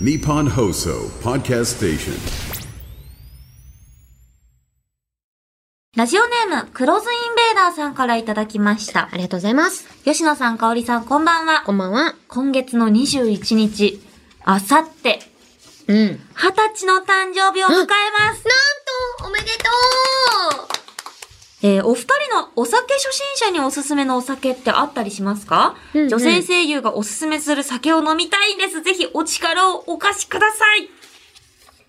Nippon Hoso Podcast Station. ラジオネーム、クローズインベーダーさんからいただきましたあ。りがとうございます。吉野さん、香織さん、こんばんはこ。んばんは。今月の21日、あさって、うん。なんと、二十歳の誕生日を迎えます。おめでとえーお二人のお酒初心者におすすめのお酒ってあったりしますか、うんうん女性声優がおすすめする酒を飲みたいんです。ぜひお力をお貸しください。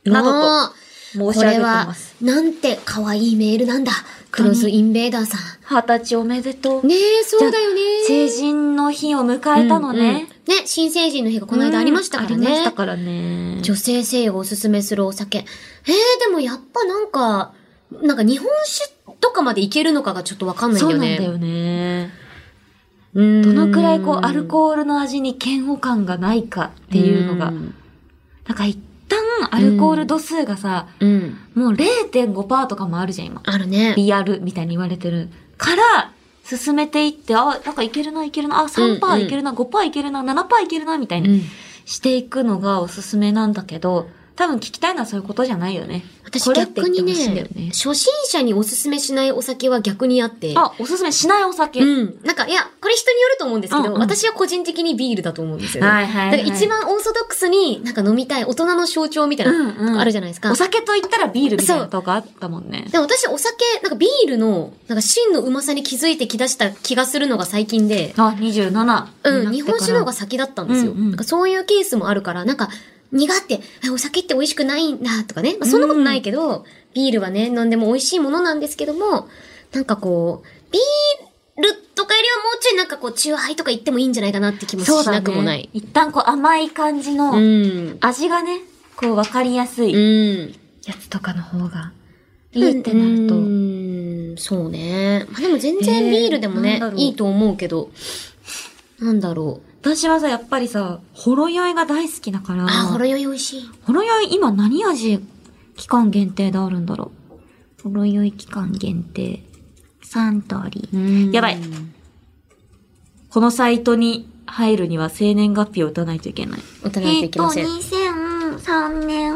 うなどもとう申こし上げれてはます。、なんて可愛いメールなんだ。クロスインベーダーさん。二十歳おめでとう。ねえ、そうだよね。成人の日を迎えたのね。うんうんね、新成人の日がこの間ありましたからうんありまねした。からね。女性声優がおすすめするお酒。えー、でもやっぱなんか、なんか日本酒とかまでいけるのかがちょっとわかんないんそだうなよんね。だよね。うんどのくらいこう、アルコールの味に嫌悪感がないかっていうのが。うん。なんか一旦アルコール度数がさ、うんもう0.5%とかもあるじゃん、今。あるね。リアルみたいに言われてる。から、進めていって、あ、なんかいけるな、いけるな、あ、うんうん3%いけるな、5%いけるな、7%いけるな、みたいうにんしていくのがおすすめなんだけど、多分聞きたいのはそういうことじゃないよね。私これって逆言ってにほしねいんだよね。初心者におすすめしないお酒は逆にあって。あ、おすすめしないお酒。うん。なんか、いや、これ人によると思うんですけど、うんうん私は個人的にビールだと思うんですよね。はいはいはいだから一番オーソドックスになんか飲みたい大人の象徴みたいな、うんうんとかあるじゃないですか。お酒と言ったらビールみたいなとこあったもんね。でも私お酒、なんかビールの、なんか真のうまさに気づいてきだした気がするのが最近で、あ、27。うん、日本酒の方がさ、先だったんですよ。うんうんなんかそういうケースもあるから、なんか、苦って、あお酒って美味しくないんだとかね。まあ、そんなことないけど、ビールはね、飲んでも美味しいものなんですけども、なんかこう、ビールとかよりはもうちょいなんかこう、中杯とか言ってもいいんじゃないかなって気もしそうだねなくもない。一旦こう甘い感じうの、ん。味がね、こう分かりやすいうん。やつとかの方が、いいってなるとう。ん、そうね。まあでも全然ビールでもえーねなんだ、ろういいと思うけど、なんだろう。私はさ、やっぱりさ、ほろ酔いが大好きだから、あ、ほほろろ酔い美味しい。酔い今何味期間限定であるんだろう。ほろ酔い期間限定。サントリー。やばいこのサイトに入るには生年月日を打たないといけない。打たないといけませんえっと、2003年、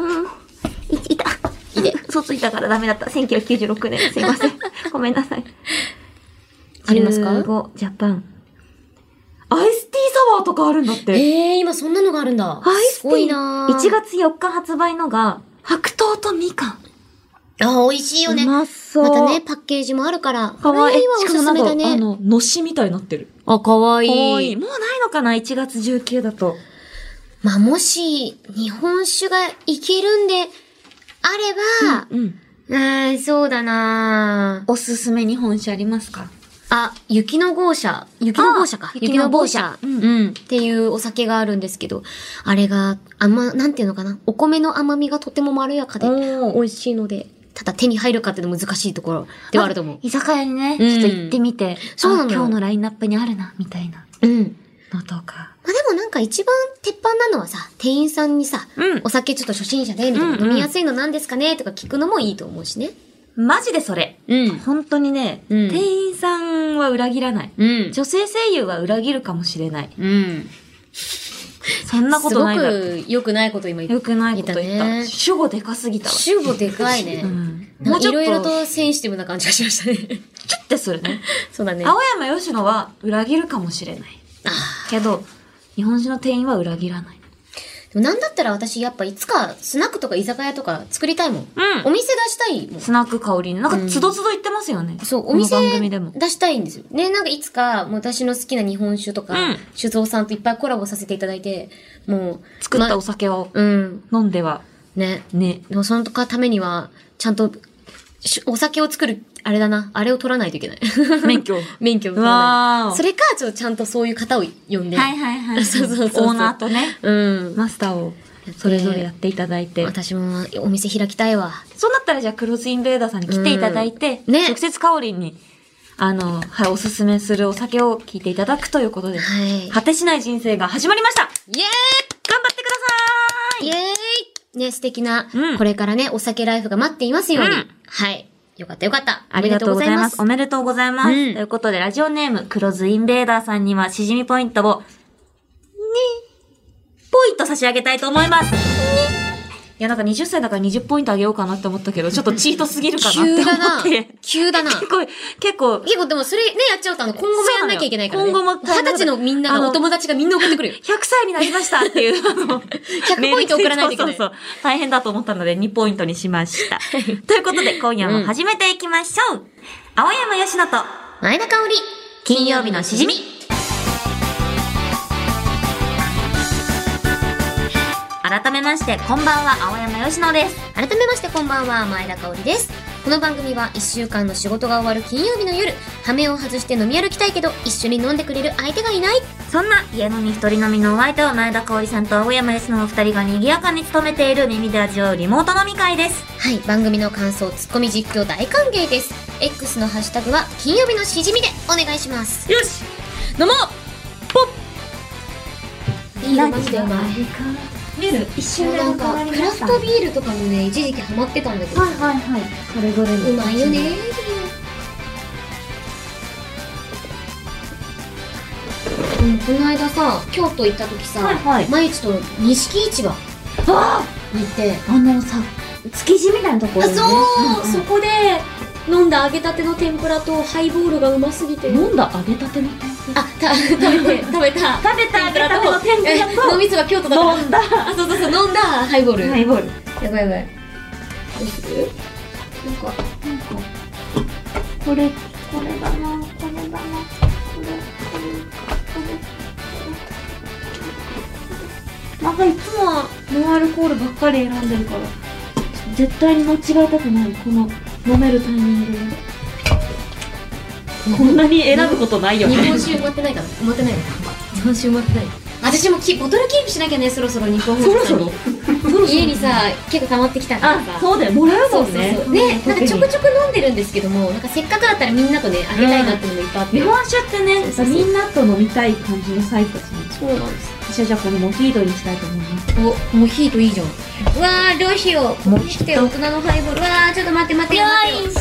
い、いた。いで嘘ついたからダメだった。1996年。すいません。 ごめんなさい。ありますか ?15、ジャパン。アイスティーサワーとかあるんだって。ええー、今そんなのがあるんだ。アイスすティーごいな1。月4日発売のが、白桃とみかん。あ、美味しいよね。うままそう。たね、、パッケージもあるから。かわいい。これはおしかもすすなんめか、だあね。の、のしみたいになってる。あ、かわいかわいい。もうないのかな ?1 月19だと。まあ、もし、日本酒がいけるんで、あれうん。ば、うん、そうだなおすすめ日本酒ありますかあ、雪の豪車。雪の豪車かあ。雪の豪車。雪の豪う車ん。っていうお酒があるんですけど、あれが、あんま、なんていうのかな。お米の甘みがとてもまろやかで、おー美味しいので、ただ手に入るかっていうの難しいところではあると思う。居酒屋にね、うんちょっと行ってみて、そうなのあ今日のラインナップにあるな、みたいなうん。のとか。まあ、でもなんか一番鉄板なのはさ、店員さんにさ、うんお酒ちょっと初心者で、みたいな、うんうん飲みやすいのなんですかねとか聞くのもいいと思うしね。マジでそれ。うん。本当にね、うん店員さんは裏切らない。うん。女性声優は裏切るかもしれない。うん。そんなこすとごないだろ。く良くないこと今言よっくないこと言った。言ったね主語でかすぎたた。わ。主語でかいねう。ん、ももううちちょっと。いろいょろっと、とセンシティブな感じがしましたね。キュッてするね。 そうだね。青山吉野は裏切るかもしれない。けど、日本酒の店員は裏切らない。でもなんだったら私やっぱいつかスナックとか居酒屋とか作りたいもん。うんお店出したいもん。スナック香りね。なんか、つどつど言ってますよね。そう、おこの店番組でも。出したいんですよ。ね、なんかいつか、もう私の好きな日本酒とか、うん酒造さんといっぱいコラボさせていただいて、もう、作ったおま酒をうん、飲んでは、ね。ね。でもそのためには、ちゃんと、しお酒を作る、あれだな、あれを取らないといけない。免 許。 免許を取らわない。ーそれか、ちょっとちゃんとそういう方を呼んで。はいはいはい。 そうそうそうそうオーナーとね、うん。マスターをそれぞれやっていただいて。私もお店開きたいわ。そうなったらじゃあクロスインベーダーさんに来ていただいて、うんね直接カオリンに、あの、はい、おすすめするお酒を聞いていただくということで、はい。果てしない人生が始まりましたイエーイ頑張ってくださいイエーイね、素敵な、うんこれからね、お酒ライフが待っていますように。うんはい。よかったよかった。ありがとうございます。おおめめでとうございます。うんということで、ラジオネーム、クロズインベーダーさんには、しじみポイントを、に、ポイント差し上げたいと思います。いや、なんか20歳だから20ポイントあげようかなって思ったけど、ちょっとチートすぎるか急だななって思って。。急だな。結構、結構、結構でもそれね、やっちゃうとあの、今後もやんなきゃいけないからね。そうなのよ今後も二十歳のみんなあが、のお友達がみんな送ってくるよ。 100歳になりましたって いう、あの、 100ポイント送らないといけないそうそうそう大変だと思ったので2ポイントにしました。ということで、今夜も始めていきましょう。青山よしのと、前田香織。金曜日のしじみ。改めまして、こんばんは、青山よしのです。改めましてこんばんは、前田香織です。この番組は1週間の仕事が終わる金曜日の夜、羽目を外して飲み歩きたいけど、一緒に飲んでくれる相手がいない。そんな家飲み一人飲みのお相手を前田香織さんと青山よしのお二人が賑やかに務めている耳で味わうリモート飲み会です。はい、番組の感想、ツッコミ実況大歓迎です。X のハッシュタグは、金曜日のしじみでお願いします。よし飲もうポッビールマジでうまい。ビール一瞬もうでなん変わかりまクラしフたトビールとかもね一時期ハマってたんだけど、はいはいはい。それぞれうまいよね。うん、この間さ京都行った時さ、はいはい毎日と錦市場行あってあのさ、築地みたいなところあにねそう、んそこで飲んだ揚げたての天ぷらとハイボールがうますぎてうん飲んだ揚げたての天ぷら。あた 食べて食べた食べた揚げたての天えぷら脳みそが京都だからと飲んだあそうそうそう飲んだハイボール、ハイボール。やばいやばいどうするなんかなんか、これ、これだな、これだな、これ、これ、これ、なんかいつもはノンアルコールばっかり選んでるから、絶対に間違えたくない、この飲めるタイミングで。こんなに選ぶことないよ日ね本。酒埋まってないかな埋まってないのか日本酒埋まってない私もきボトルキープしなきゃねそろそろ 日本酒家にさ結構溜まってきたからあ、さそうだよ、もらうそもうそんうねそ。うでなんかちょくちょく飲んでるんですけどもなんかせっかくだったらみんなとねあげたいなっていうのもいっぱいあって、日本酒ってね、そうそうそうみんなと飲みたい感じのサイトですね。そうなんです私はじゃあこのモヒートにしたいと思います。おモヒートいいじゃんうわーどうしようモモヒヒーートト大人のハイボールうわーちょっと待って待ってよいしょ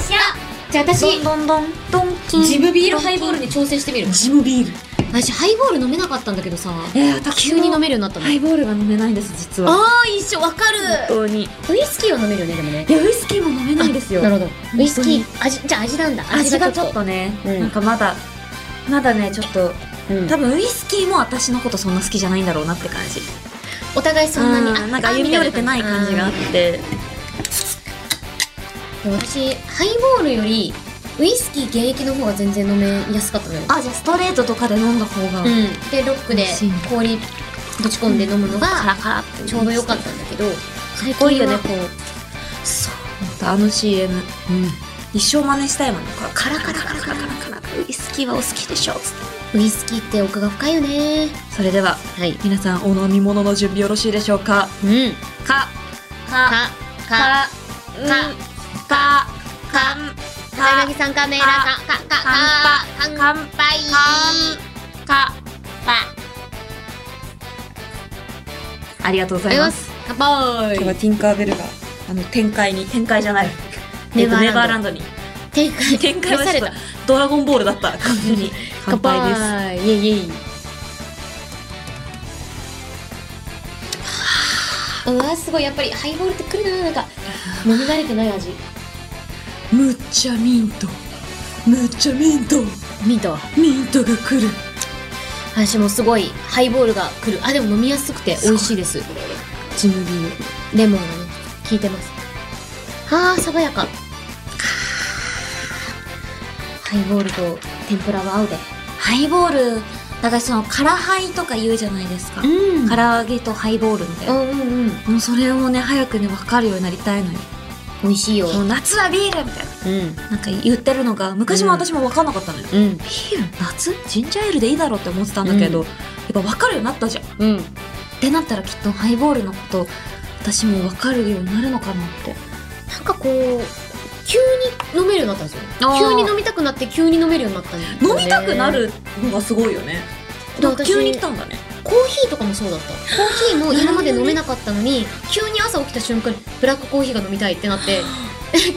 じゃあ私どんどんどん、ドンキン。ジムビールハイボールに挑戦してみるジムビール。私ハイボール飲めなかったんだけどさえー、私急に飲めるようになったのハイボールが飲めないんです、実は。ああ一緒わかる当に。いウイスキーは飲めるよねでもねや、ウイスキーも飲めないんですよ。なるほどウイスキ本ー味じゃあ味なんだ味がちょっとね、うんなんかまだ、まだね、ちょっと、うん多分ウイスキーも私のことそんな好きじゃないんだろうなって感じ。お互いそんなにうあなんか歩み寄れてない感じがああって。でも私ハイボールよりウイスキー原液の方が全然飲めやすかったのよあじゃあストレートとかで飲んだ方が、うんでロック美で味しいんだ氷ぶち込んで飲むのカラがカラってちょうど良かったんだけど最こいいよねこあの CM う、一生真似したいもんねこれカラカラカラカラカラカラウイスキーはお好きでしょつってウイスキーって奥が深いよねそれでははい皆さんお飲み物の準備よろしいでしょうかうんかかかかうんかかんかか柳さんカメラかかかか乾杯乾か杯かありがとうございます乾杯今日はティンカーベルがあの展開に展開じゃないえネっとバーランドネバーランドに展開展開はさち れょったとドラゴンボールだった完全に乾杯ですですイエイイエイうわすごいやっぱりハイボールってくるななんか飲み慣れてない味むっちゃミントむっちゃミントミントミントが来る私もすごいハイボールがくるあでも飲みやすくて美味しいですジムビールレモンがね効いてますあー爽やかハイボールと天ぷらは合うでハイボールだからそのカラハイとか言うじゃないですか、うん唐揚げとハイボールみたいな、うんうんうんもうそれをね早くね分かるようになりたいのよ美味しいよもう夏はビールみたいうんななんか言ってるのが昔もうん私も分かんなかったのよ、うビーんル夏ジンジャーエールでいいだろうって思ってたんだけど、うんやっぱ分かるようになったじゃんっうんてなったらきっとハイボールのこと私も分かるようになるのかなってなんかこう急に飲めるようになったんですよあー急に飲みたくなって急に飲めるようになったんです飲よねみたくなるのがすごいよね。でなんか私急に来たんだね。コーヒーとかもそうだったコーヒーも今まで飲めなかったのに急に朝起きた瞬間にブラックコーヒーが飲みたいってなって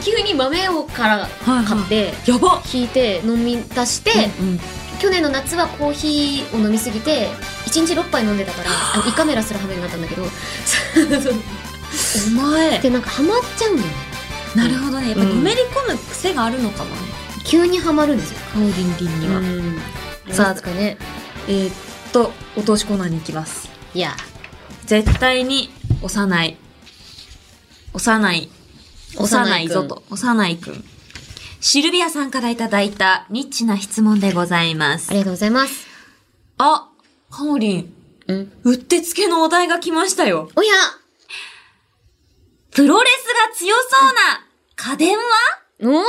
急に豆をからは買ってい。やば。引いて飲み出して、うん、去年の夏はコーヒーを飲みすぎて1 1日6杯飲んでたから、あの胃カメラする羽目になったんだけど、 お前で、なんかハマっちゃうんだよね。なるほどね。やっぱうんのめり込む癖があるのかもね。急にハマるんですよ。カオリンリンには。うんさあさあ、つかね。えーっと、お通しコーナーに行きます。いや、絶対に押さない。押さない。押さないぞと。押さないくん。シルビアさんからいただいたニッチな質問でございまあす。りがとうございます。あ、カオリン、うん。うってつけのお題が来ましたよ。おやプロレスが強そうな家電はおー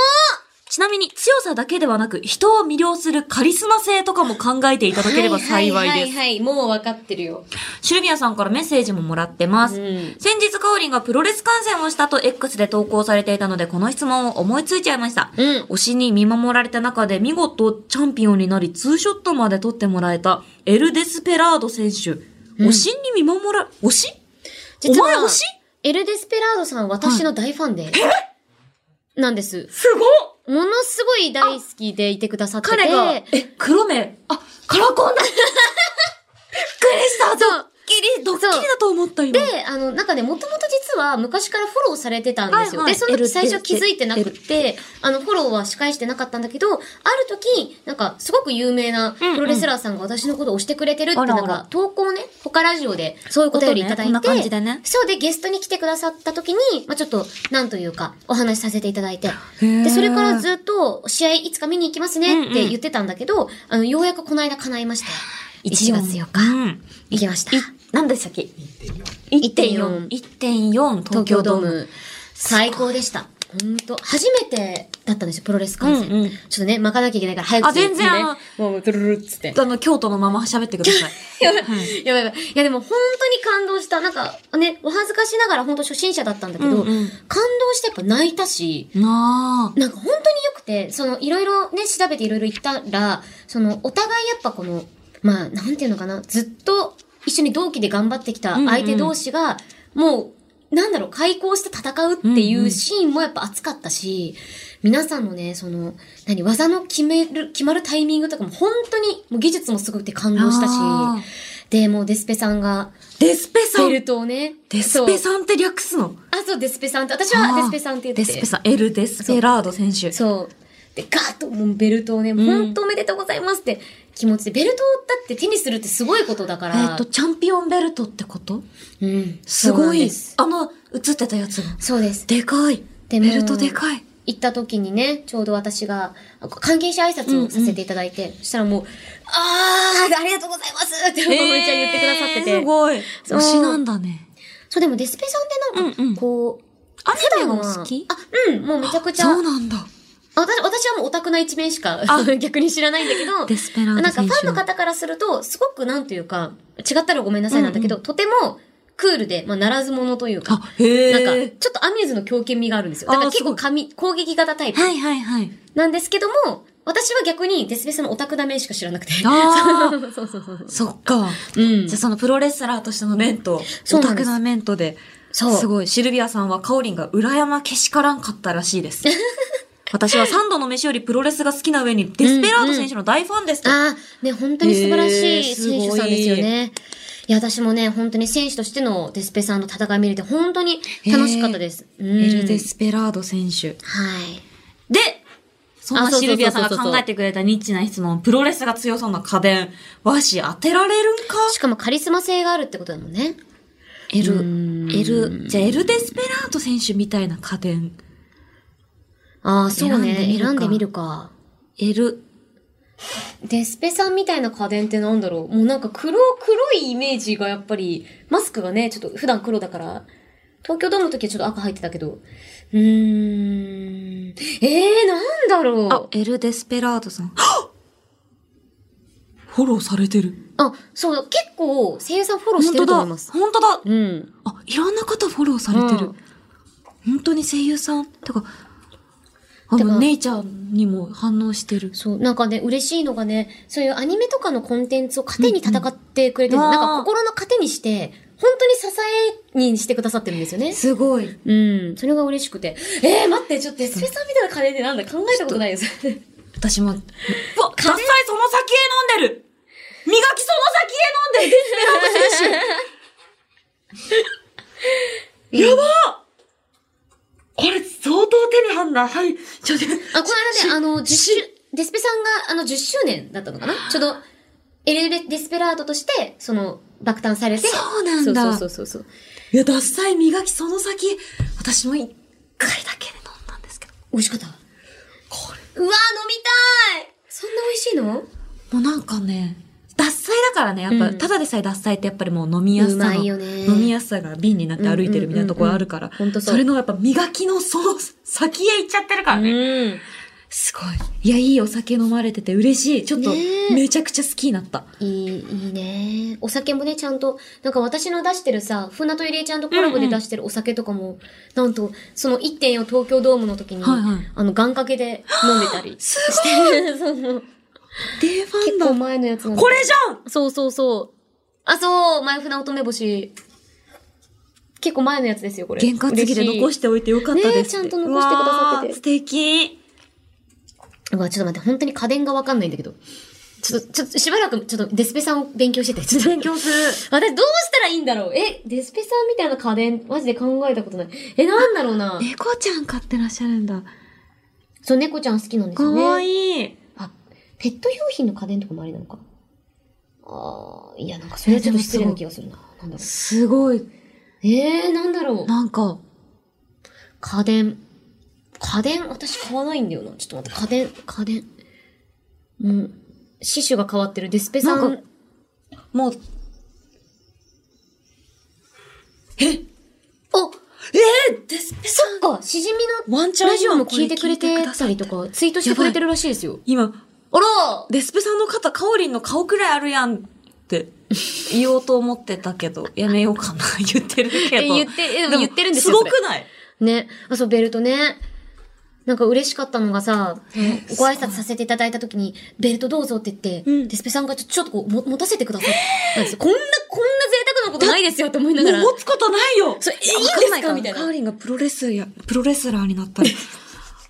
ちなみに強さだけではなく人を魅了するカリスマ性とかも考えていただければ幸いはでいはいはいす。はい、もう分かってるよ。シルビアさんからメッセージももらってます。うん先日カオリンがプロレス観戦をしたと X で投稿されていたので、この質問を思いついちゃいました。うん推しに見守られた中で見事チャンピオンになり、ツーショットまで取ってもらえたエル・デスペラード選手。推しに見守ら、推し実はお前推しエル・デスペラードさん、私の大ファンで。なんです。すごっものすごい大好きでいてくださってて。彼が、え、黒目、あ、カラコンだびっくりしたドッそう。キリ、ドッキリだと思った今。で、あの、なんかね、もともと実は昔からフォローされてたんですよ。はいはいで、その L 時最初気づいてなくって、あの、フォローは仕返してなかったんだけど、ある時、なんか、すごく有名なプうんロレスラーさんが私のことを推してくれてるって、あらあならんか、投稿をね、他ラジオで、そういうことねお便りいただいて、こんな感じだねそうで、ゲストに来てくださった時に、まあちょっと、なんというか、お話しさせていただいて、ーで、それからずっと、試合いつか見に行きますねって言ってたんだけど、あの、ようやくこの間叶いました。1月4日。うん行きましたい。何でしたっけ ?1.4。1.4東京ドーム。。最高でした。本当初めてだったんですよ、プロレス観戦。うんうんちょっとね、巻かなきゃいけないから早くあ全然あのねもう、ドゥルルルっつって。あの、京都のまま喋ってください。やばい、やばいやばい。いや、でも本当に感動した。なんか、ね、お恥ずかしながら本当初心者だったんだけど、うんうん感動してやっぱ泣いたし、なあ。なんか本当に良くて、その、いろいろね、調べていろいろ言ったら、その、お互いやっぱこの、まあ、なんていうのかな、ずっと一緒に同期で頑張ってきた相手同士が、もう、なんだろう、開口して戦うっていんううんシーンもやっぱ熱かったし、皆さんのね、その、何、技の決める、決まるタイミングとかも本当に、もう技術もすごくて感動したしあ、で、もうデスペさんが、デスペさベんル。トをね、デスペんさんって略すのあ、そう、デスペさんって、私はデスペさんって言って。デスペさん。エル・デスペラード選手。そう。で、ガーッともうベルトをね、本当おめでとうございますって気持ちで、ベルトをだって手にするってすごいことだから。えっと、チャンピオンベルトってことうん。すごい。そあの、映ってたやつが。うなんです。そうです。でかい。でベもルトでかい。行った時にね、ちょうど私が、関係者挨拶をさせていただいて、そしたらもう、あー、ありがとうございますって、まめちゃん言ってくださってて。えーすごい。そう推しなんだね。そう、でもデスペさんってうんうんなんか、こう、アニメ普段もは好きあ、うん、もうめちゃくちゃ。そうなんだ。私、私はもうオタクな一面しかあ 逆に知らないんだけど、デスペラードなんか選ファン手のの方からすると、すごくなんというか、違ったらごめんなさいなんだけど、とてもクールで、まあ、ならず者というかあ、、へえ。なんか、ちょっとアミューズの狂犬味があるんですよ。だからあー結すご構い髪、攻撃型タイプはいはいはい。なんですけども、私は逆にデスペさんのオタクな面しか知らなくて。あー そうそうそうそう。そっか。うんじゃあそのプロレスラーとしてのメント、そうオなんタでクすなメントで、そうすごい。シルビアさんはカオリンが裏山けしからんかったらしいです。 私は三度の飯よりプロレスが好きな上にデスペラード選手の大ファンですと。ああ、ね、本当に素晴らしえいーすご選い手さんですよね。いや、私もね、本当に選手としてのデスペさんの戦い見れて、本当に楽しかったです。うんエル・デスペラード選手。はい。で、そんなあそうそうそうそシルうビアさんが考えてくれたニッチな質問、プロレスが強そうな家電、和紙当てられるんかしかもカリスマ性があるってことだもんね。エル、エル、じゃあエル・デスペラード選手みたいな家電、ああ、そうね。選選んんででみみるるか。エル、デスペさんみたいな家電ってなんだろうもうなんか黒、黒いイメージがやっぱり、マスクがね、ちょっと普段黒だから、東京ドームの時はちょっと赤入ってたけど。うーん。ええー、なんだあろ、エル・デスペラードさん。フォローされてる。うあ、そう、結構声優さんフォローし本てる当だ。と思います。本当だ。うん。あ、いろんな方フォローされてる。うん本当に声優さん。てか、あ、てかもうネイちゃんにも反応してる。そう、なんかね、嬉しいのがね、そういうアニメとかのコンテンツを糧に戦ってくれてる、うんうんなんか心の糧にして、本当に支えにしてくださってるんですよね。すごい。うん。それが嬉しくて。えー、待って、ちょっとデスペさんみたいなカレーってなんだ考えたことないです。私も、うわ、ダサいその先へ飲んでるきその先で飲んでるデスペラート選手やばこれ相当手に入んな。はい。ちょっと、あ、この間ね、あの、10周、デスペさんが、あの、10周年だったのかなちょうど、エレベデスペラードとして、その、爆誕されて。そうなんだそうそうそうそう。いや、ダッサい磨きその先。私も一回だけで飲んだんですけど。美味しかった。うわ、これ。飲みたいそんな美味しいのもうなんかね、脱菜だからね、やっぱ、うんただでさえ脱菜ってやっぱりもう飲みやすさうの、まいよね飲みやすさが瓶になって歩いてるみたいなところあるから、うんうんうんうんほんとそうれのやっぱ磨きのその先へ行っちゃってるからね。ん。すごい。いや、いいお酒飲まれてて嬉しい。ちょっとね、えめちゃくちゃ好きになった。いい、いいね。お酒もね、ちゃんと、なんか私の出してるさ、船戸入江ちゃんとコラボで出してるお酒とかも、なんと、その1.4東京ドームの時に、はいはいあの、願掛けで飲んで たりして、 その、デーファ結ンだ構。前のやつなんだこれじゃんそうそうそう。あ、そう、前船乙女星。結構前のやつですよ、これ。原価付きで残しておいてよかったですって。ねえちゃんと残してくださっててうわー素敵。て。うわ、ちょっと待って、本当に家電がわかんないんだけど。ちょっと、ちょっと、しばらく、ちょっと、デスペさんを勉強してて。ちょっと勉強する。私どうしたらいいんだろうえ、デスペさんみたいな家電、マジで考えたことない。え、なんだろうな。猫ちゃん飼ってらっしゃるんだ。そう、猫ちゃん好きなんですかよね。わいい。あ、ペット用品の家電とかもありなのか。あー、いや、なんかそれはちょっと失礼な気がするな。なんだろすごい。う。えー、なんだろう。なんか、家電。家電私買わないんだよな。ちょっと待って、家電、家電。うん。シ種が変わってる。デスペさん。なんかもう、おえー、デスペさそっかシジミのワンチャンラジオもこれ聞いてくれてたりとか、ツイートしてくれてるらしいですよ。今、あらデスペさんの肩、カオリンの顔くらいあるやん って言おうと思ってたけど、やめようかな、 言ってるけど。え言ってえでも言ってるんですすごよそれくないね。あ、そう、ベルトね。なんか嬉しかったのがさ、ご挨拶させていただいた時に、ベルトどうぞって言って、うんデスペさんがちょちょっとこう、も持たせてくださったんですよ。こんな、こんな贅沢なことないですよって思いながら。もう持つことないよそれいいやいいんですかわんなみたいなカオリンがプロレスや、プロレスラーになった ら、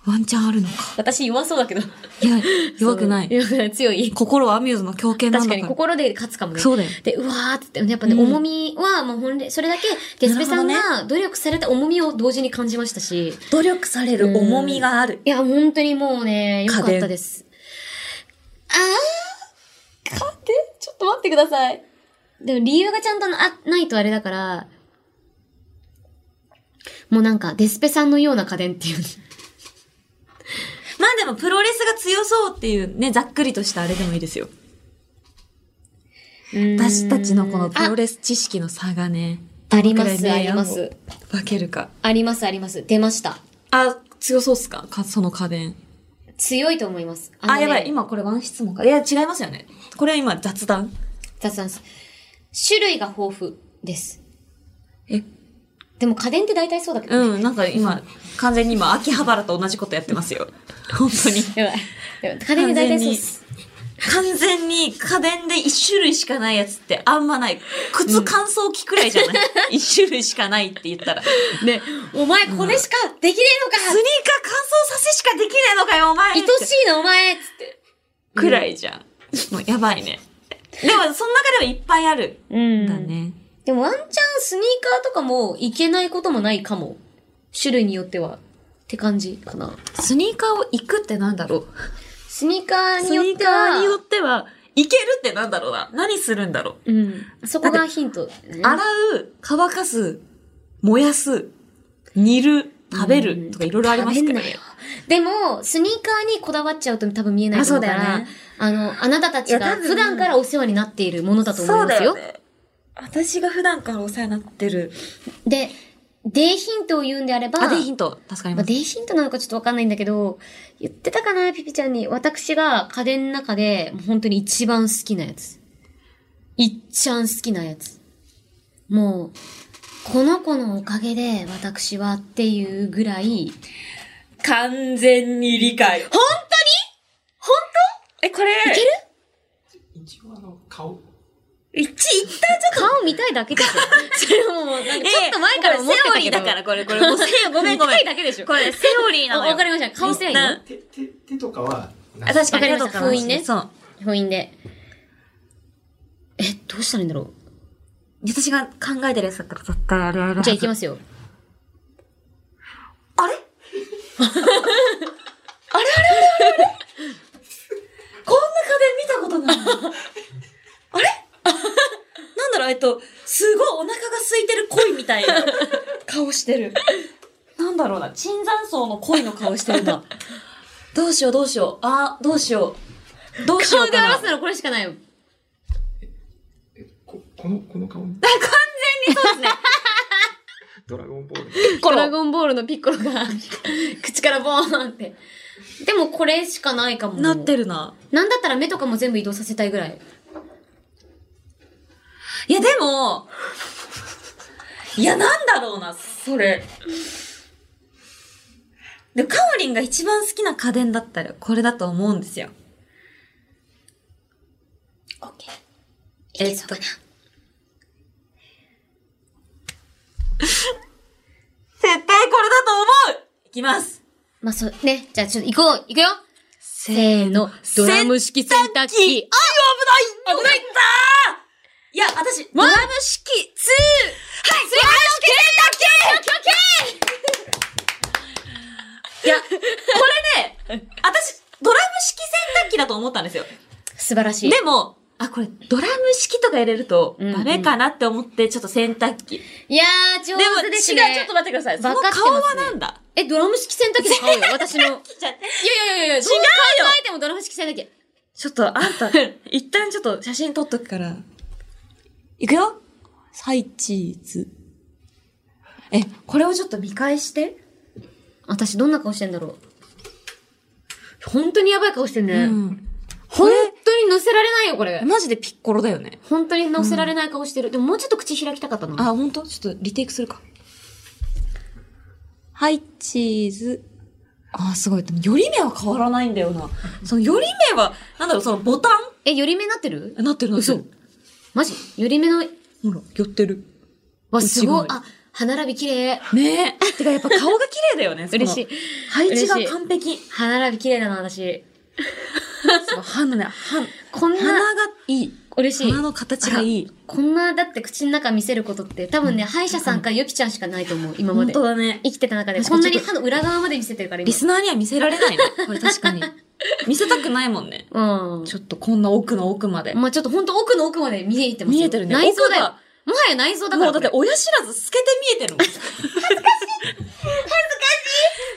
ワンチャンあるのか。私弱そうだけど。いや、弱くなそうい。弱くない。強い。心はアミューズの狂犬なん確だから。かに心で勝つかもね。そうだよで、うわーって言って、やっぱね、うん重みは、もうほんで、それだけ、デスペさんなるが努力された重みを同時に感じましたし、努力される重みがある。いや、本当にもうね、良かっ家た電です。あー待って、ちょっと待ってください。でも理由がちゃんとなあないとあれだから、もうなんか、デスペさんのような家電っていう。まあでもプロレスが強そうっていうね、ざっくりとしたあれでもいいですよ。私たちのこのプロレス知識の差がね。ありますどのくらい明暗をあります分けるか。ありますあります。出ました。あ、強そうっすかかその家電。強いと思います。あのねやばい。今これワン質問か。いや、違いますよね。これは今雑談。雑談です。種類が豊富です。え、でも家電って大体そうだけど、ね。うん、なんか今、完全に今、秋葉原と同じことやってます よ。本当に。やばい。やばい家電って大体そうっす。完全に家電で一種類しかないやつってあんまない。靴乾燥機くらいじゃない一種類しかないって言った ら。ね、お前これしかスできねえニーカー乾の燥かさせしかできねえのかよ、お前愛しいなお前つって。くらいじゃん。もうやばいね。でも、その中ではいっぱいある。うんだ。ね。でもワンチャンスニーカーとかもいけないこともないかも。種類によっては。って感じかな。スニーカーを行くってなんだろうスニーカースによニっーてカーによはっ、ては、行けるってなんだろうな。何するんだろう。うん。そこがヒント。洗う、乾かす、燃やす、煮る、食べうんるとかいろいろありますけど食べんなねよ。でも、スニーカーにこだわっちゃうと多分見えないと思うから、あそうだあよねの、あなたたちいやが多分普段からお世話になっているものだと思いますよ。ね。私が普段からお世話になってる。で、デイヒントを言うんであれば、あ、で、ヒント。助かりままあ、す。デイヒントなのかちょっとわかんないんだけど、言ってたかな、ピピちゃんに。私が家電の中で、もう本当に一番好きなやつ。いっちゃん好きなやつ。もう、この子のおかげで私はっていうぐらい、完全に理解。本当に本え、これ。当いける一応あの顔一、一旦顔見たいだけでしょ。 それはもう、なんかちょっと前から思ってたけど。だから、これ、これ、もうセオごめんごめん。見たいだけでしょこれ、セオリーなのあよ。わかりました。顔せんよ。な手手手とかはなあい確かに、手わかりましたとかは封印ねそう。封印で。え、どうしたらいいんだろ私が考えてるやつだったら絶対あれあれ。う。じゃあ行きますすよ。あれ あれあれあれあれこんな家電見たことない。 あれなんだろう、えっと、すごいお腹が空いてる鯉みたい な顔してる。なんだろうな、椿山荘の鯉の顔してるな。どうしようどうしよう。あー、どうしよう。どうしよ顔うでかな。表すならこれしかないよ。ここの、この顔ドラゴンボール。ドラゴンボールのピッコロ が口からボーンって。でもこれしかないかも。なってるな。なんだったら目とかも全部移動させたいぐらい。いや、でも、いや、なんだろうな、それ。で、カオリンが一番好きな家電だったら、これだと思うんですよ。オッケー。えっと。絶対これだと思ういきますまあ、そう、ね。じゃあちょっと行こう行くよせーのドラム式洗濯機洗濯あ危ない危ないだーいや、私、ドラム式 2! はいドラム式洗濯機いや、これね、私、ドラム式洗濯機だと思ったんですよ。素晴らしい。でも、あ、これ、ドラム式とか入れると、うんうんダメかなって思って、ちょっと洗濯機。いやー、上でも、手違う、ですちね。ょっと待ってください。そのわかってます顔はなんだえ、ドラム式洗濯機の顔よ、 私の。いやいちゃってやいやいや、違う考違うよえてもドラム式洗濯機。ちょっと、あん た、一旦ちょっと写真撮っとくから。いくよはい、チーズ。え、これをちょっと見返して。私どんな顔してんだろう。本当にやばい顔してるね。うん。本当に乗せられないよ、これ。マジでピッコロだよね。本当に乗せられない顔してる。でももうちょっと口開きたかったな。あ、ほんとちょっとリテイクするか。はい、チーズ。あ、すごい。でも、より目は変わらないんだよな。その、より目は、なんだろう、その、ボタえ、より目なってるンなってるの嘘。マジより目の、ほら、寄ってる。わ、すごい内。側あ、歯並び綺麗。ねえ。てか、やっぱ顔が綺麗だよね。その嬉しい。配置が嬉しい完璧。歯並び綺麗だな、私。そう歯のね、歯、こん鼻な、がいい。嬉しい。鼻の形がいい。こんな、だって口の中見せることって、多分ね、歯医者さんかユキちゃんしかないと思う、今ま本で。当だね。生きてた中で、確こかんになに歯の裏側まで見せてるから、今リ。スナーには見せられないね。 これ確かに。見せたくないもんね。うん。ちょっとこんな奥の奥まで。まあちょっと本当奥の奥まで見えてますよ見えてるね内臓だよ奥が。もはや内臓だから。もうだってこれ親知らず透けて見えてるもん。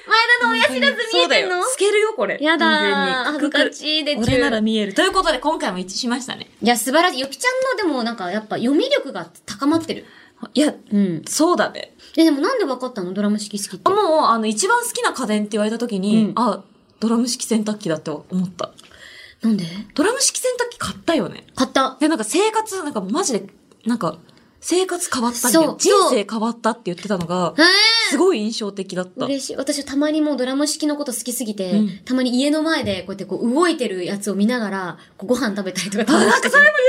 前田の親知らず見えてんの透けるよ、これ。やだ完全にくくー。恥ずかるしいで俺ならい見える。ということで、今回も一致しましたね。や、素晴らしい。ゆきちゃんのでもなんか、やっぱ読み力が高まってる。いや、うん。そうだね。え、でもなんで分かったのドラム式好きっても。う、あの、一番好きな家電って言われた時に、うんあ、ドラム式洗濯機だって思った。なんでドラム式洗濯機買ったよね。買った。で、なんか生活、なんかマジで、なんか、生活変わったみたいそな。う人生変わったって言ってたのがえ、ーすごい印象的だった。嬉しい。私たまにもうドラム式のこと好きすぎて、うんたまに家の前でこうやってこう動いてるやつを見ながら、こうご飯食べたりとかあ、なんかそれも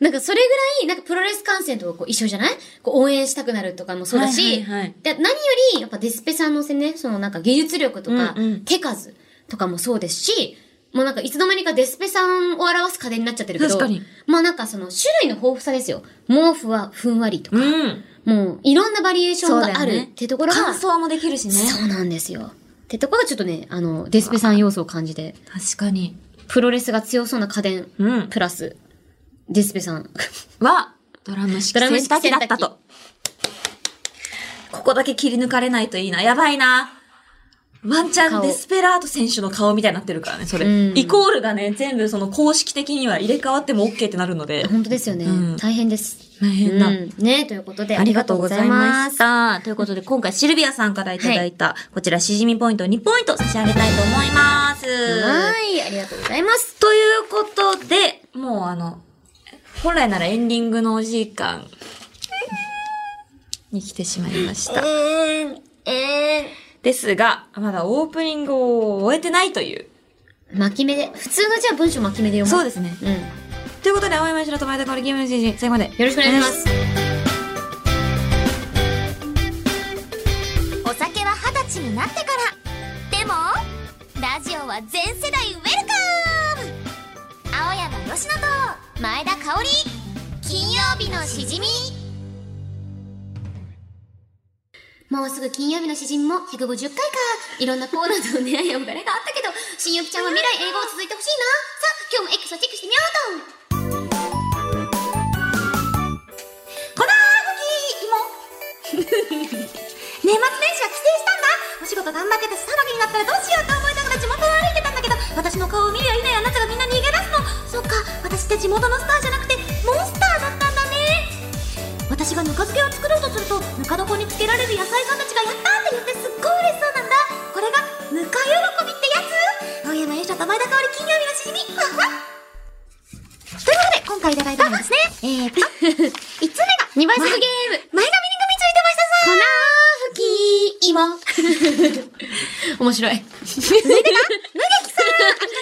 なんかそれぐらい、なんかプロレス観戦とかこう一緒じゃないこう応援したくなるとかもそうだし、はいはいはいで何よりやっぱデスペさんのせね、そのなんか技術力とか、うんうん手数とかもそうですし、もうなんかいつの間にかデスペさんを表す家電になっちゃってるけど、確かにまあなんかその種類の豊富さですよ。毛布はふんわりとか、うん。もういろんなバリエーションがあそうだるよっねてところが、乾燥もできるしね。そうなんですよ。ってところがちょっとね、あの、デスペさん要素を感じて、確かに。プロレスが強そうな家電、うんプラス、デスペさん。は、ドラム式ド洗ラム式濯洗濯機機だったと。ここだけ切り抜かれないといいな。やばいな。ワンチャン顔デスペラート選手の顔みたいになってるからね、それ。うんイコールがね、全部その公式的には入れ替わっても OK ってなるので。本当ですよね。うん大変です。大変だうんねということで、ありがとうございましあた。ということで、今回シルビアさんからいただいた、こちらしじみポイント2ポイント差し上げたいと思います。りがとうございます。はい、ありがとうございます。ということで、もうあの、本来ならエンディングのお時間に来てしまいました。ですが、まだオープニングを終えてないという。巻き目で、普通のじゃあ文章巻き目で読む。そううですね。うん。よということで、青山城と前田香織ゲームの人生最後まで。よろしくお願いします。。お酒は二十歳になってからでもラジオは全世代ウェルカム青山佳乃と前田香香り金曜日のしじみもうすぐ金曜日の詩人も150回か。いろんなコーナーとの出会いや別れがあったけど、新ゆきちゃんは未来英語を続いてほしいな。さあ、今日もエクスをチェックしてみようと。こだーごき芋年末年始は帰省したんだお仕事頑張ってたし騒ぎになったらどうしようと思いながら地元を歩いてたんだけど私の顔を見るやいなやあなたがみんな逃げ出すのそっか私って地元のスターじゃなくてモンスターだったんだね私がぬか漬けを作ろうとするとぬか床につけられる野菜さんたちがやったーって言ってすっごい嬉しそうなんだこれがぬか喜びってやつ青山由緒と前田香織金曜日のしじみわわということで今回いただいたのはですねえー、パ5つ目が2倍速ゲーム前髪に組みついてましたさ粉吹き芋 面白い。これ本当に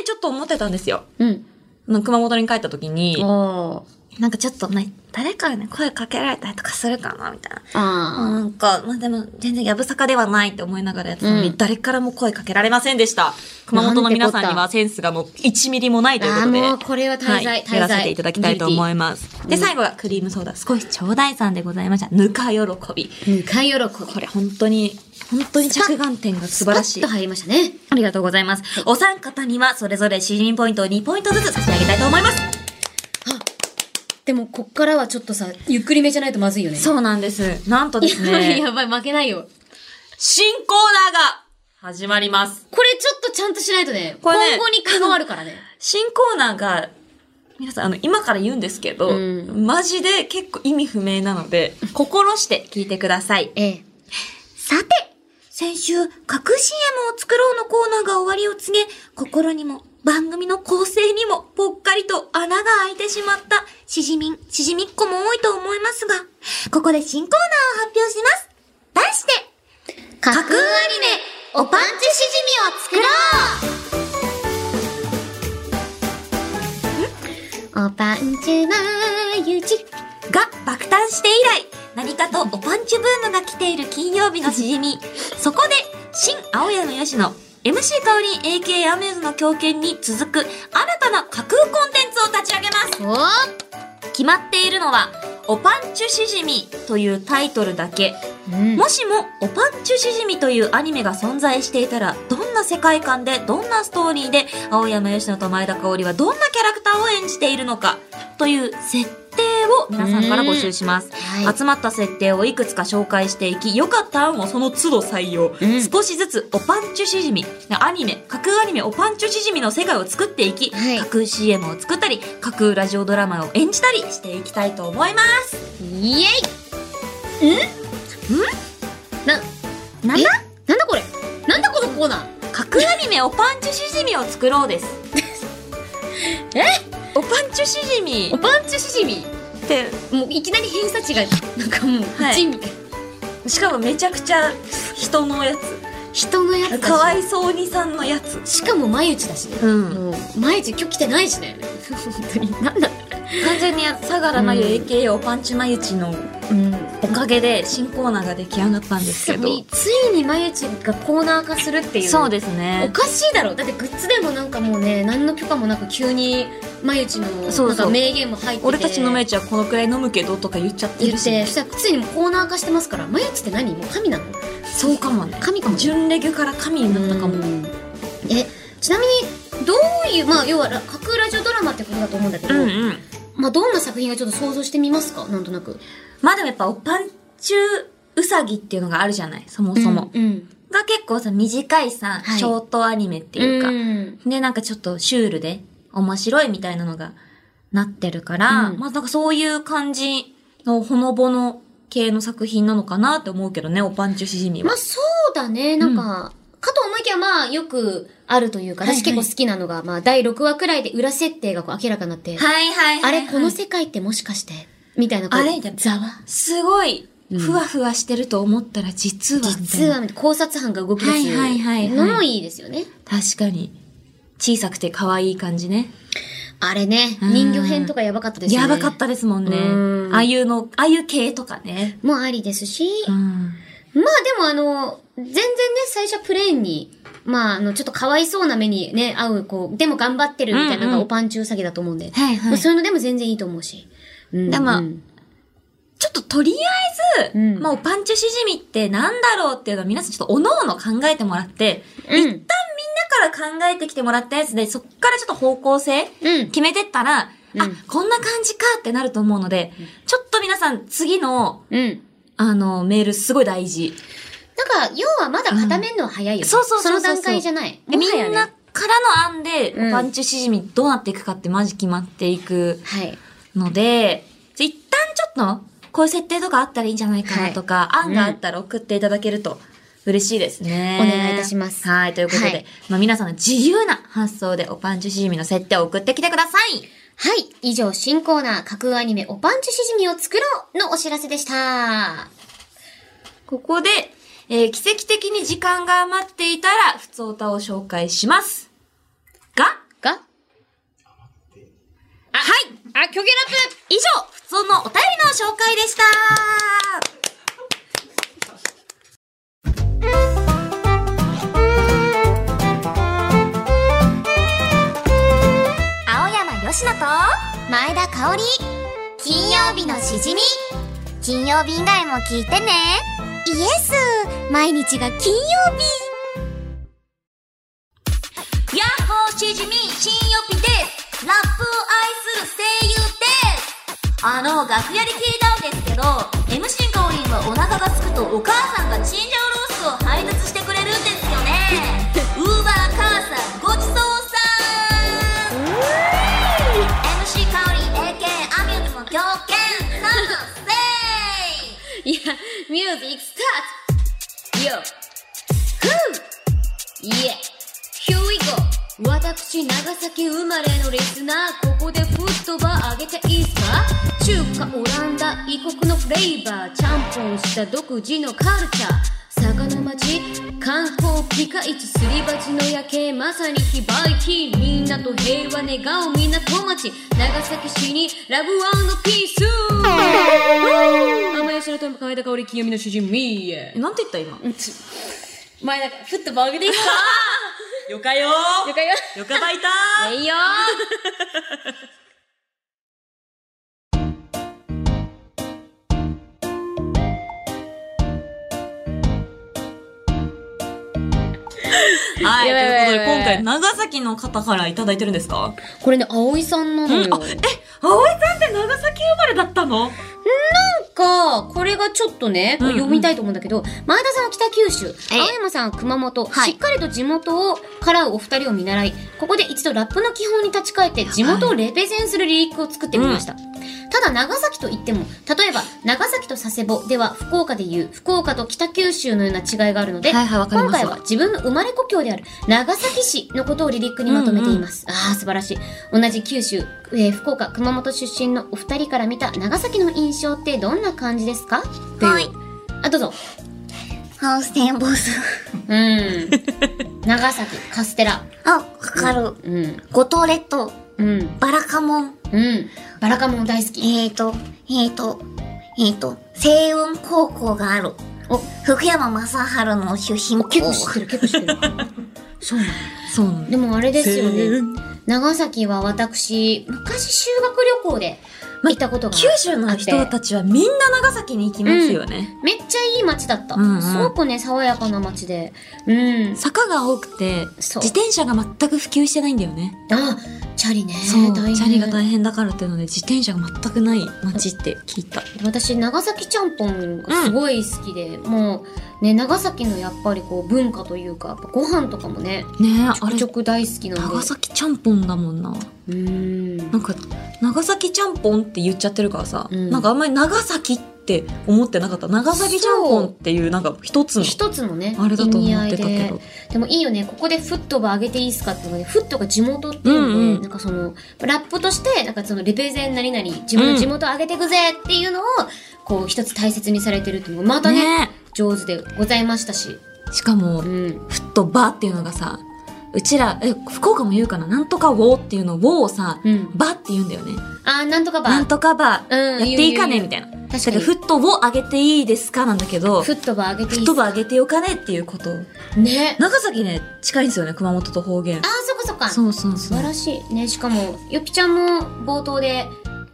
ね、ちょっと思ってたんですよ。うん。あの熊本に帰った時に、おー。なんかちょっとね、誰かにね、声かけられたりとかするかな、みたいな。あなんか、まあでも、全然やぶさかではないって思いながらやってたのに、うん誰からも声かけられませんでした。熊本の皆さんにはセンスがもう1ミリもないというこあとで。もうこれは滞在、はい、滞在。やらせていただきたいと思います。で、うん最後がクリームソーダ、少しちょうだいさんでございました。ぬか喜び。ぬか喜び。これ本当に、本当に着眼点が素晴らしスいパッと。入りましたね。ありがとうございます。お三方には、それぞれ詩人ポイントを2ポイントずつ差し上げたいと思います。でも、こっからはちょっとさ、ゆっくりめじゃないとまずいよね。そうなんです。なんとですやばい、ね、 やばい、負けないよ。新コーナーが始まります。これちょっとちゃんとしないとね、これね今後に関わるからね。新コーナーが、皆さん、あの、今から言うんですけど、うんマジで結構意味不明なので、心して聞いてください。ええ。さて、先週、革新 CM を作ろうのコーナーが終わりを告げ、心にも、番組の構成にも、ぽっかりと穴が開いてしまった、しじみん、しじみっこも多いと思いますが、ここで新コーナーを発表します。題して、架空アニメ、おパンチしじみを作ろうおパンチュマユジ。が爆誕して以来、何かとおパンチブームが来ている金曜日のしじみ。そこで、新青山よしの MC 香り AK アメーズの狂犬に続く新たな架空コンテンツを立ち上げます。おー決まっているのは、おパンチュシジミというタイトルだけ。うんもしも、おパンチュシジミというアニメが存在していたら、どんな世界観で、どんなストーリーで、青山吉野と前田香織はどんなキャラクターを演じているのか、という設定を皆さんから募集します。はい集まった設定をいくつか紹介していき、良かった案をその都度採用。うん少しずつ、おパンチュシジミ、アニメ、架空アニメ、おパンチュシジミの世界を作っていき、はい架空 CM を作ったり、架空ラジオドラマを演じたりしていきたいと思います。イエイんんな、なんえだなんだこれなんだこのコーナー架空アニメ、おパンチュシジミを作ろうです。えおパンチュシジミおパンチしじみって、もういきなり偏差値が、なんかもう、はい1みたいな。しかもめちゃくちゃ人のやつ。人のやつだし。かわいそうにさんのやつ。しかも毎日だしね。うん。もう、毎日今日来てないしね。 本当に。なんだ完全に相良真由うん AKA おパンチまゆちのうん。おかげで新コーナーが出来上がったんですけど。ついにまゆちがコーナー化するっていうそうですおね。かしいだろだってグッズでもなんかもうね何の許可もなく急にまゆちのそうそうなんか名言も入ってて俺たちのめいちゃんこのくらい飲むけどとか言っちゃって言るっし。てそしたらついにもうコーナー化してますからまゆちって何もう神なのそうかもね。神かも準レギュから神になったかも。えちなみにどういうまあ要はら架空ラジオドラマってことだと思うんだけど、うんうん。まあどんな作品かちょっと想像してみますかなんとなくまあでもやっぱおパンチュうさぎっていうのがあるじゃない、そもそも。うん、うん、が結構さ、短いさ、はいショートアニメっていうか。んで、なんかちょっとシュールで面白いみたいなのがなってるから、うんまあなんかそういう感じのほのぼの系の作品なのかなって思うけどね、おパンチュシジミまはあ。そうだね、なんか、かと思いきやまあよくあるというか、はいはい私結構好きなのが、まあ第6話くらいで裏設定がこう明らかになって、はいはいはいはい。あれこの世界ってもしかして、みたいなこうあれざわ。すごい、ふわふわしてると思ったら実はみたい実な。はみたいな考察班が動き出すはいはいはいはいのもいいですよね。確かに。小さくて可愛い感じね。あれね、うん人魚編とかやばかったですよね。やばかったですもんねう。んああいうの、ああいう系とかね。もありですし、うん。まあでもあの、全然ね、最初はプレーンに、まああの、ちょっとかわいそうな目にね、合う、こう、でも頑張ってるみたいなのうんがうんおパンチウサギだと思うんで。はいはいまあそういうのでも全然いいと思うし。うんでもうんちょっととりあえず、うんもうパンチュしじみってなんだろうっていうのは皆さんちょっとおのの考えてもらって、う一旦んみんなから考えてきてもらったやつで、そっからちょっと方向性うん決めてったら、うあん、こんな感じかってなると思うので、ちょっと皆さん次の、うん。あの、メールすごい大事。なんか、要はまだ固めるのは早いよね、そうそうそうそうその段階じゃない。でもみはやんなね。からの案で、うんパンチュしじみどうなっていくかってマジ決まっていくはい。ので、じゃ一旦ちょっと、こういう設定とかあったらいいんじゃないかなとか、い案があったら送っていただけると嬉しいですね。お願いいたしますはい、ということで、はいまあ、皆さんの自由な発想でおパンチュしじみの設定を送ってきてください。はい。以上、新コーナー、架空アニメ、おパンチュしじみを作ろうのお知らせでした。ここで、えー奇跡的に時間が余っていたら、普通歌を紹介します。が、が、はいあ、虚偽ラップ以上、普通のお便りの紹介でした青山よしと前田香織金曜日のしじみ金曜日以外も聞いてねイエス毎日が金曜日やっほーしじみ、新予備ですラップを愛する声優ですあの、楽屋で聞いたんですけど、MC かおりんはお腹がすくとお母さんがチンジャオロースを配達してくれるんですよねウーバー母さん、ごちそうさん MC 香り AK アミューズの狂犬さんせい いや、ミュージックスタートよふういえ、here we go! 私、長崎生まれのリスナー、ここでフットバー上げていいっすか中華、オランダ、異国のフレーバー、ちゃんぽんした独自のカルチャー、坂の町、観光ピカイチ、すり鉢の夜景、まさに非売品、みんなと平和願う港町、長崎市にラブピース甘やしろとかえだかおり清美の主人みーええ、なんて言った今。前だからフットボールでいいかよかよよかよよかばいた いいよはい、ということでやばいやばいやばい今回長崎の方からいただいてるんですかこれね葵さんなのよ、あ、え、葵さんって長崎生まれだったのなんかこれがちょっとねうんうん読みたいと思うんだけど、前田さんは北九州青山さんは熊本、はいしっかりと地元をからうお二人を見習いここで一度ラップの基本に立ち返って地元をレペゼンするリリックを作ってみました、ただ長崎といっても例えば長崎と佐世保では福岡でいう福岡と北九州のような違いがあるので、はいはいわかり今ます回は自分の生まれ故郷である長崎市のことをリリックにまとめています、ああ素晴らしい同じ九州、えー福岡熊本出身のお二人から見た長崎の印象ってどんな感じですかはいあどうぞハウステンボスうん 長崎カステラあわかるうん五島列島うんバラカモンうんバラカモン大好きえーとえーとえーと星雲高校があるお福山雅治の出身結校構知ってる結構知ってるそうなの そうなの。でもあれですよせーね。長崎は私、昔修学旅行で行ったことがあって、九州の人たちはみんな長崎に行きますよね。めっちゃいい街だった。うんうんすごくね、爽やかな街で。うん。坂が多くて、自そう転車が全く普及してないんだよね。あ、チャリね。そう、大変チャリが大変だからっていうので、自転車が全くない街って聞いた。私、長崎ちゃんぽんがすごい好きで、もう、ね、長崎のやっぱりこう、文化というか、やっぱご飯とかもね、ねえ、ちょあくれちょ、く大好きなんで。長崎ちゃんぽんだもんな。うん。なんか、長崎ちゃんぽんって言っちゃってるからさ、うんなんかあんまり長崎って思ってなかった。長崎ちゃんぽんっていう、なんか一つの、一つのね、あれだと意味思合っいてでたけど。でもいいよね、ここでフットが上げていいっすかっていうので、フットが地元っていうので、うんうんなんかその、ラップとして、なんかその、レペゼン何々、自分の地元上げてくぜっていうのを、こう、一つ大切にされてるっていうのが、またね、ね上手でございましたし、えしかもう、ん。ふっとばっていうのがさ、うちら、え、福岡も言うかななんとかウォーっていうの、ウォーをさ、うんバって言うんだよね。あー、なんとかば。なんとかば、うんやっていいかね言う言うみたいな。だか、確からに。フットを上げていいですかなんだけど、フフットば上げていいットば上げてよかねっていうこと。ね。長崎ね、近いんですよね、熊本と方言あ。ー、そっかそっか。そうそう素そう晴。らしい。ね、しかも、ゆきちゃんも冒頭で、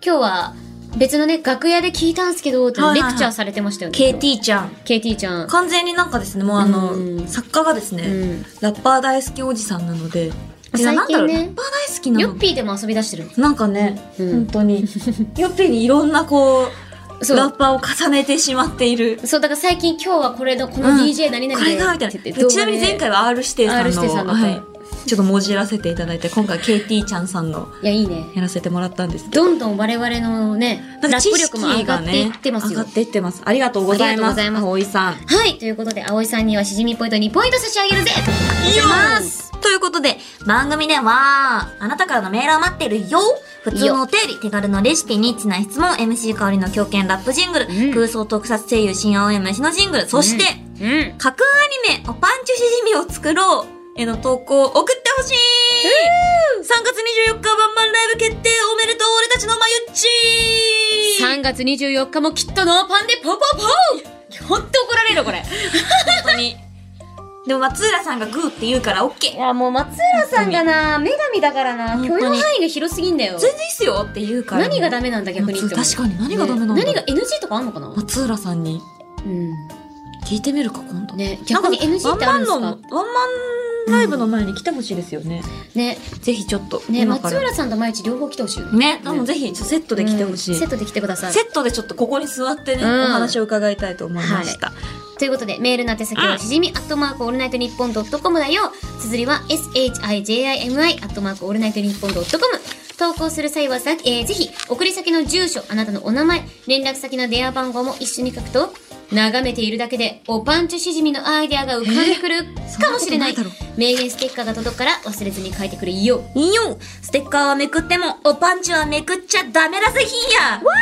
今日は別のね、楽屋で聞いたんすけど、ってはいはいレはいクチャーされてましたよね。 KT ちゃん。 KT ちゃん。完全になんかですね、もうあの、うん作家がですね、うんラッパー大好きおじさんなので、最近ねなんだろうラッパー大好きなヨのッ。ピーでも遊び出してる。なんかね、うん本当 に、ヨッピーにいろんなこう、そうラッパーを重ねてしまっている。そう、だから最近今日はこれの、このうん DJ 何々こで。れがみたいって言な。って動画でちなみに前回は R 指定さん R の指定さんのはい、ちょっともじらせていただいて、今回 KT ちゃんさんのいや、いいね。やらせてもらったんですけど。どんどん我々のね、なラんかッ知プ識力も上ががっねていってます上がよっ。ていってます。ありがとうございます。ありがとうご葵さん。はい、ということで、葵さんにはしじみポイント2ポイント差し上げるぜいますということで、番組では、あなたからのメールを待ってるよ普通のお便り、手軽のレシピ、ニッチな質問、MC 香りの狂犬ラップジングル、ん空想特撮声優新青山氏のジングル、そして、うん。架空アニメ、おパンチュしじみを作ろうへの投稿を送ってほしい !3 月24日ワンマンライブ決定おめでとう俺たちのマユッチ3月24日もきっとノーパンでポポポほんと怒られるよこれ。本当に。でも松浦さんがグーって言うからオッケーいや、もう松浦さんがな、女神だからな、許本当容に範囲が広すぎんだよ。全然いいっすよって言うから。何がダメなんだ逆にって思う松確かに何がダメなんだ、ね何が NG とかあんのかな松浦さんにうん。聞いてみるか今度。ね、逆に NG ってあるんですかワンマンの、ワンマンライブの前に来てほしいですよね。ね、ぜひちょっと。ね、今か松ら浦さんと毎日両方来てほしいよね。ね、でもぜひちょっとセットで来てほしい。うんセットで来てくださいセ。ットでちょっとここに座ってね、うんお話を伺いたいと思いました。ということで、メールの宛先うんは、しじみアットマークオールナイトニッポンドットコムだよ。綴りは、shijimi アットマークオールナイトニッポンドットコム。投稿する際はさ、えーぜひ、送り先の住所、あなたのお名前、連絡先の電話番号も一緒に書くと、眺めているだけで、おパンチュしじみのアイデアが浮かんでくるかもしれない。そんなこと名言ステッカーが届くから忘れずに書いてくれよ。いいよステッカーはめくっても、おパンチはめくっちゃダメだぜひんやわおわ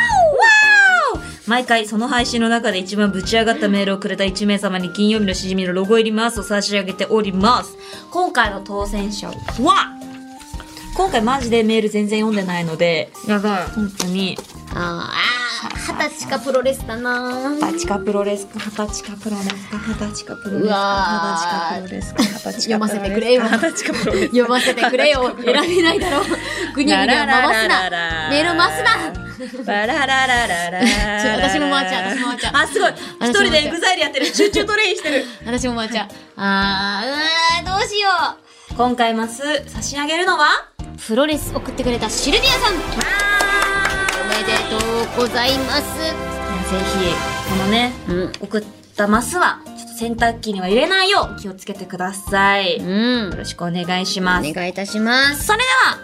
お毎回その配信の中で一番ぶち上がったメールをくれた1名様に金曜日のしじみのロゴ入りますを差し上げております。今回の当選者は、今回マジでメール全然読んでないので、やばい。本当に、あーあー、二十歳かプロレスだなー二十歳かプロレスか、二十歳かプロレスか、二十歳かプロレスうか二十わ、歳かプロレスか、二十歳かプロレスか。読ませてくれよ二十歳かプロレスか。読ませてくれよ。選べないだろう。ぐにゃぐにゃ回すな。メール回すな。バラララララ ちょ私も回っちゃう私も回っちゃうあ、すごい。一私も回っちゃう人でエグザイルやってる。集中トレインしてる。私もまーちゃん。あー、うわーどうしよ今回ます、差し上げるのはう。プロレス送ってくれたシルビアさん。おめでとうございます。ぜひ、このね、うん。送ったマスは、ちょっと洗濯機には入れないよう気をつけてください。ようん。ろしくお願いします。お願いいたします。それでは、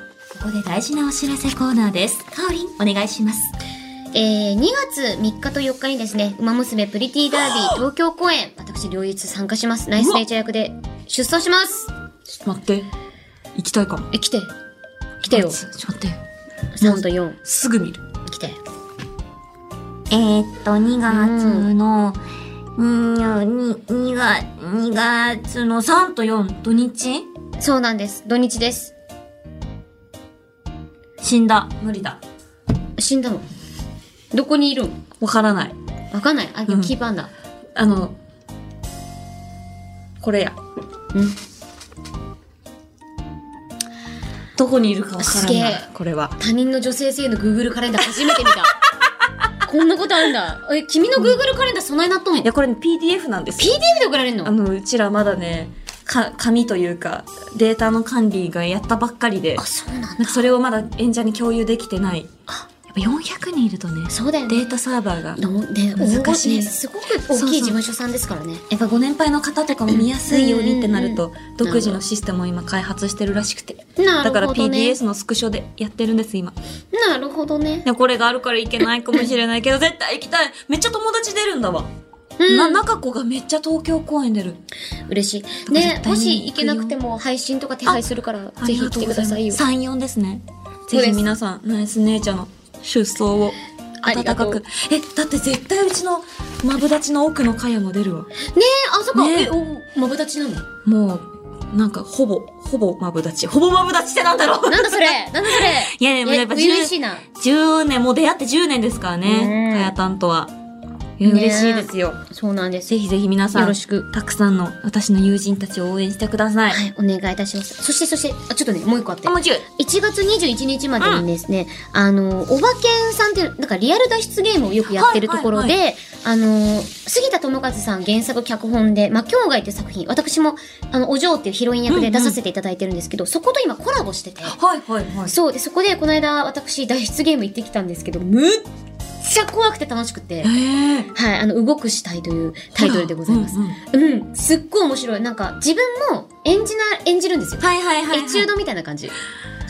ここで大事なお知らせコーナーです。かおりん、お願いします。えー、2月3日と4日にですね、馬娘プリティダービー東京公演、私両日参加します。ナイスネイチャー役で出走します。ちょっと待って。行きたいかも。え、来て。来てよ。ちょっと待って。 3と4。すぐ見る。来て。えー、っと、2月の、うん、に、2月、2月の3と4、土日そうなんです。土日です。死んだ。無理だ。死んだのどこにいるんわからない。わかんない。あ、うんキーパーだ。あの、これや。うんどこにいるかわからすげなえい。これは。他人の女性性の Google カレンダー初めて 見た。こんなことあるんだ。え、君の Google カレンダー備えなっとんの、いや、これ、ね、PDF なんですよ ?PDF で送られんのあの、うちらまだね、か、紙というか、データの管理がやったばっかりで、あ、そうなんだ。なんかそれをまだ演者に共有できてない。やっぱ400人いるとね、そうだよデね。ータサーバーが。ので難しいねすごく大きい事務所さんですからね。やっぱご年配の方とかも見やすいようにってなるうとん、独自のシステムを今開発してるらしくて。なだからるほどね。 PDS のスクショでやってるんです、今。なるほどね。でもこれがあるから行けないかもしれない けど、絶対行きたいめっちゃ友達出るんだわ。うんな、中子がめっちゃ東京公演出る。嬉しい。らね絶、対もしに行行くけよなくても配信とか手配するから、ぜひ来てくださいよ。 3、4ですね。そぜうですひ皆さん、ナイス姉ちゃんの出走をあり温がかとうく。え、だって絶対うちのマブダチの奥の茅も出るわ。ねえ、あ、そっか。ねえ、お、まぶたちなのもう、なんかほぼ、ほぼマブダチ。ほぼマブダチってなんだろうなん だそれなんだそれいやでもやっぱえ初々しいな。 10年、もう出会って10年ですからねね。えかやたんとは。いやねえ嬉しいですよ。そうなんです。ぜひぜひ皆さん、よろしくたくさんの私の友人たちを応援してください。はい、お願いいたします。そしてそして、あ、ちょっとね、もう一個あってあ、。もう一1月21日までにですね、あの、おばけんさんっていう、なんかリアル脱出ゲームをよくやってるところで、はあの、杉田智和さん原作脚本で、まあ、境外という作品、私も、あの、お嬢っていうヒロイン役で出させていただいてるんですけど、そこと今コラボしてて、はいはいはい。そう、で、そこでこの間私脱出ゲーム行ってきたんですけど、むっちゃ怖くて楽しくて、ええはい、あの、動く死体というタイトルでございますうん。うんうん、すっごい面白い。なんか、自分も演じな、演じるんですよ。はいはいはい、はエチューい。ドみたいな感じ。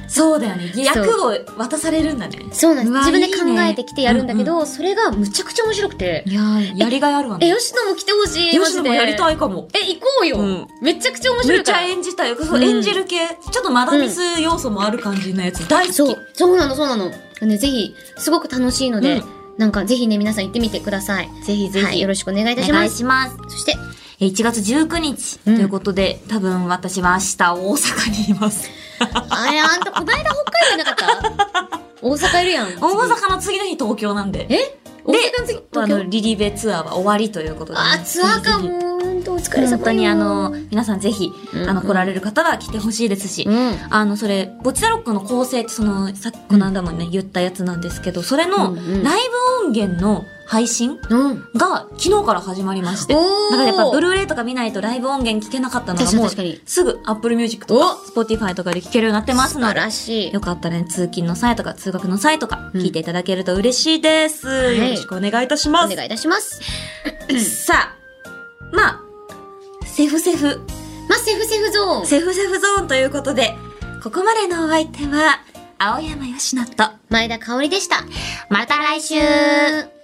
そうだよね。役を渡されるんだね。そうなんです。うわ自分でいい考ねえてきてやるんだけど、それがむちゃくちゃ面白くて。いやー、やりがいあるわえ、ね。吉野も来てほしい。吉野もやりたい。いかも。え、行こうよ、うんめちゃくちゃ面白めっいちかゃら。演じたい。そうう、ん演じる系。ちょっとマダミス要素もある感じのやつ。大好き。そう、そうなの、そうなの。ね、ぜひ、すごく楽しいので、うんなんかぜひね、皆さん行ってみてください。ぜひぜひ。はい、よろしくお願いいたしお願まいす。します。そして、え1月19日とうんいうことで、多分私は明日大阪にいます。あれ、あんた、こないだ北海道いなかった 大阪いるやん。大阪の次の日東京なんで。え大阪の次、あ東の、京。リリベツアーは終わりということで、ね。あ、ツアーかぜひぜも。ほんと、お疲ひれ様よ本当にあの、、皆さんぜひ、うんあの、来られる方は来てほしいですし、うん。あの、それ、ボチザロックの構成って、その、さっきこの間もね、言ったやつなんですけど、それの、うんライうんブ音源の配信うん。が、昨日から始まりまして。おだーからやっぱ、ブルーレイとか見ないとライブ音源聞けなかったのが、確かにもう、確かにすぐ Apple Music とか、Spotify とかで聞けるようになってます素の晴で、らしいよ。かったらね、通勤の際とか、通学の際とか、うん聞いていただけると嬉しいです。いよろしくお願いいたしおます。願いいたします。さあ、まあ、セフセフ、まあ、セーフセーフゾーン。セフセフゾーンということで、ここまでのお相手は、青山よしと、前田香織でした。また来週うー